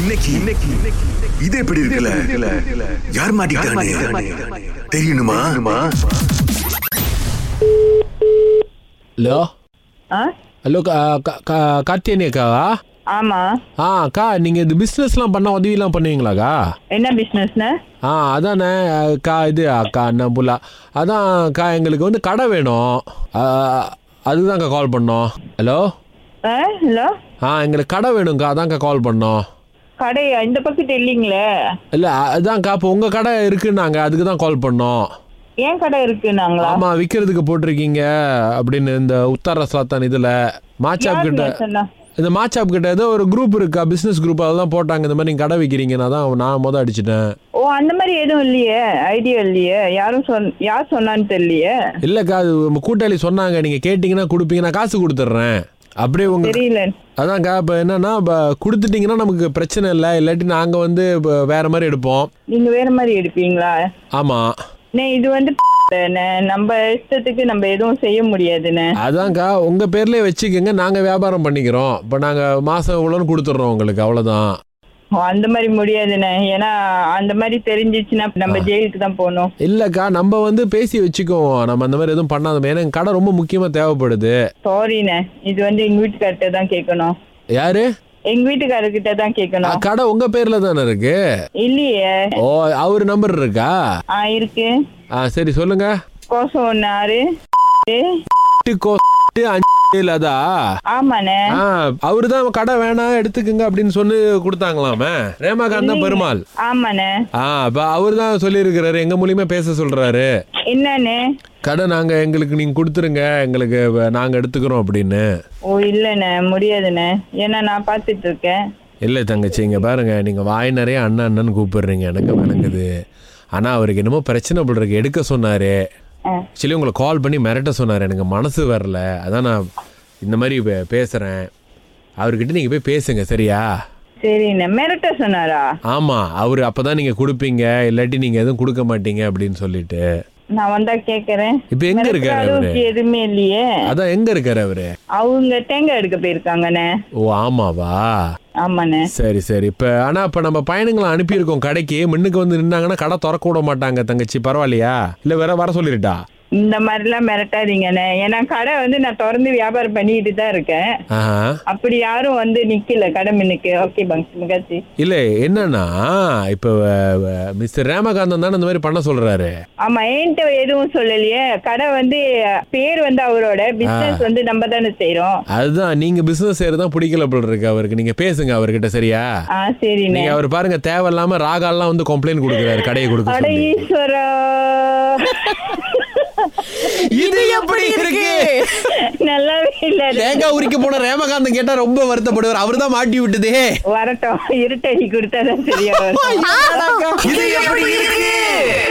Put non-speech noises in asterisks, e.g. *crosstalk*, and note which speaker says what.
Speaker 1: இன்னைக்கு இன்னைக்கு இது எப்படி இருக்குல்ல யார் மாட்டிக்கிட்டானே தெரியணுமா
Speaker 2: ஹலோ
Speaker 3: ஆ
Speaker 2: ஹலோ கார்த்தியனி அக்காவா
Speaker 3: ஆமா
Speaker 2: ஆ அக்கா நீங்கள் இது பிஸ்னஸ்லாம் பண்ண உதவிலாம் பண்ணுவீங்களாக்கா
Speaker 3: என்ன பிசினஸ்னு
Speaker 2: ஆ அதானே அக்கா இது அக்கா அண்ணா புல்லா அதான் அக்கா எங்களுக்கு வந்து கடை வேணும் ஆ, அதுதான்க்கா கால் பண்ணோம் ஹலோ
Speaker 3: ஆ ஹலோ
Speaker 2: ஆ எங்களுக்கு கடை வேணுங்க்கா அதான்க்கா கால் பண்ணோம்
Speaker 3: கடை இந்த பக்கத்து இல்லைங்களே
Speaker 2: இல்லை அதான்க்கா இப்போ உங்கள் கடை இருக்குன்னாங்க அதுக்கு தான் கால் பண்ணோம்
Speaker 3: ஏன் கடை இருக்கு நாங்களா
Speaker 2: ஆமாம் விற்கிறதுக்கு போட்டிருக்கீங்க அப்படின்னு இந்த உத்தார சாத்தான் இதில் மாச்சாப் கிட்ட இந்த மாச்சாப் கிட்ட ஏதோ ஒரு குரூப் இருக்கா பிஸ்னஸ் குரூப் அதெல்லாம் போட்டாங்க இந்த மாதிரி நீங்கள் கடை விற்கிறீங்கன்னா தான் நான் மொதல் அடிச்சிட்டேன்
Speaker 3: ஓ அந்த மாதிரி எதுவும் இல்லையே ஐடியா இல்லையே யாரும் சொன் யார் சொன்னான்னு தெரியலையே
Speaker 2: இல்லைக்கா அது உங்க கூட்டாளி சொன்னாங்க நீங்கள் கேட்டிங்கன்னா கொடுப்பீங்க நான் காசு கொடுத்துட்றேன் அப்படியே உங்க
Speaker 3: தெரியல
Speaker 2: அதான்க்கா இப்போ என்னன்னா இப்போ கொடுத்துட்டீங்கன்னா நமக்கு பிரச்சனை இல்லை இல்லாட்டி நாங்கள் வந்து இப்போ வேற மாதிரி எடுப்போம்
Speaker 3: நீங்க வேற மாதிரி எடுப்பீங்களா
Speaker 2: ஆமாம்
Speaker 3: அண்ணே, இது வந்து *laughs* அண்ணே, நம்ம இஷ்டத்துக்கு நம்ம எதுவும் செய்ய முடியாதுண்ணே
Speaker 2: அதான்க்கா உங்கள் பேர்லேயே வச்சுக்கோங்க நாங்கள் வியாபாரம் பண்ணிக்கிறோம் இப்போ நாங்கள் மாதம் இவ்வளோன்னு கொடுத்துட்றோம் உங்களுக்கு அவ்வளோதான்
Speaker 3: ஓ, அந்த மாதிரி முடியாதுண்ணே ஏன்னா அந்த மாதிரி தெரிஞ்சிச்சுன்னா நம்ம ஜெயிலுக்கு தான் போகணும்
Speaker 2: இல்லைக்கா நம்ம வந்து பேசி வச்சுக்குவோம் நம்ம அந்த மாதிரி எதுவும் பண்ணாத ஏன்னா எங்கள் கடை ரொம்ப முக்கியமாக தேவைப்படுது
Speaker 3: சாரிண்ணே இது வந்து எங்க வீட்டுக்கார்ட்ட தான் கேட்கணும்
Speaker 2: யாரு
Speaker 3: எங்க வீட்டுக்காரர்கிட்ட தான்
Speaker 2: அ,
Speaker 3: கேட்கணும்
Speaker 2: கடை உங்கள் பேரில் தானே இருக்கு
Speaker 3: இல்லையே
Speaker 2: ஓ அவர் நம்பர் இருக்கா
Speaker 3: ஆ இருக்கு
Speaker 2: ஆ சரி சொல்லுங்க
Speaker 3: கோசம் ஒன்று ஆறு ஏ,
Speaker 2: எட்டு கோ எட்டு அஞ்சு இல்லாதா
Speaker 3: ஆமாண்ணே
Speaker 2: ஆ அவரு தான் கடை வேணாம் எடுத்துக்குங்க அப்படின்னு சொல்லி கொடுத்தாங்களாமே ரேமாகாந்த் தான் பெருமாள்
Speaker 3: ஆமாண்ணே
Speaker 2: ஆ அப்ப அவர் தான் சொல்லியிருக்கிறாரு எங்க மூலியமா பேச சொல்றாரு
Speaker 3: என்னண்ணே
Speaker 2: கடை நாங்க எங்களுக்கு நீங்க கொடுத்துருங்க எங்களுக்கு வ- நாங்க எடுத்துக்கிறோம் அப்படின்னு
Speaker 3: ஓ இல்லைண்ணே முடியாதுண்ணே ஏன்னா நான் பார்த்துட்டு இருக்கேன்
Speaker 2: இல்லை தங்கச்சி இங்க பாருங்க நீங்க வாய் நிறைய அண்ணன் அண்ணன்னு கூப்பிடுறீங்க எனக்கு விளங்குது ஆனா அவருக்கு என்னமோ பிரச்சனை போல இருக்கு எடுக்க சொன்னாரு
Speaker 3: ஆ.
Speaker 2: ஆக்சுவலி உங்களை கால் பண்ணி மிரட்ட சொன்னார் எனக்கு மனசு வரல அதான் நான் இந்த மாதிரி பே- பேசுறேன் அவர்கிட்ட நீங்க போய் பேசுங்க சரியா
Speaker 3: சரிண்ணே மிரட்ட சொன்னாரா
Speaker 2: ஆமாம் அவர் அப்போ தான் நீங்கள் கொடுப்பீங்க இல்லாட்டி நீங்கள் எதுவும் கொடுக்க மாட்டீங்க அப்படின்னு சொல்லிட்டு
Speaker 3: நான் வந்தா கேக்குறேன்
Speaker 2: இப்போ எங்கே
Speaker 3: மிரட்டுற
Speaker 2: இருக்காரு அவரு
Speaker 3: அளவுக்கு எதுவுமே இல்லையே
Speaker 2: அதான் எங்கே இருக்காரு அவரு
Speaker 3: அவங்க தேங்காய் எடுக்க போயிருக்காங்கண்ணே
Speaker 2: ஓ ஆமாவா
Speaker 3: ஆமாண்ணே
Speaker 2: சரி சரி இப்போ ஆனால் இப்போ நம்ம பயணங்களை அனுப்பியிருக்கோம் கடைக்கு முன்னுக்கு வந்து நின்னாங்கன்னா கடை திறக்க விட மாட்டாங்க தங்கச்சி பரவாயில்லையா இல்லை வேற வர சொல்லிருட்டா
Speaker 3: இந்த மாதிரிலாம் மிரட்டாதீங்கண்ணே ஏன்னா கடை வந்து நான் திறந்து வியாபாரம் பண்ணிட்டு தான் இருக்கேன்
Speaker 2: ஆஹா
Speaker 3: அப்படி யாரும் வந்து நிக்கல கடை மின்னுக்கு ஓகே பங்க் முகாச்சி
Speaker 2: இல்லை என்னன்னா இப்போ மிஸ்டர் ரேமகாந்தன் தானே இந்த மாதிரி பண்ண சொல்கிறாரு
Speaker 3: ஆமா என்கிட்ட எதுவும் சொல்லலையே கடை வந்து பேர் வந்து அவரோட பிசினஸ் வந்து நம்ம தானே செய்றோம்
Speaker 2: அதுதான் நீங்கள் பிஸ்னஸ் செய்கிறதான் பிடிக்கல போல இருக்கு அவருக்கு நீங்கள் பேசுங்க அவர்கிட்ட சரியா
Speaker 3: ஆ சரிண்ணே
Speaker 2: நீங்க அவர் பாருங்க தேவையில்லாம ராகாலாம் வந்து கம்ப்ளைண்ட் கொடுக்குறாரு கடையை கொடுக்க
Speaker 3: அட
Speaker 2: சொல்லி.
Speaker 3: ஈஸ்வரா
Speaker 2: இது எப்படி இருக்கு
Speaker 3: நல்லாவே இல்ல
Speaker 2: தேங்காய் உரிக்க போன ரேமகாந்த் கேட்டா ரொம்ப வருத்தப்படுவார் அவர்தான் மாட்டி விட்டதே
Speaker 3: வரட்டும் இருட்டடி கொடுத்தாதான் சரியா வரும்
Speaker 2: இது எப்படி இருக்கு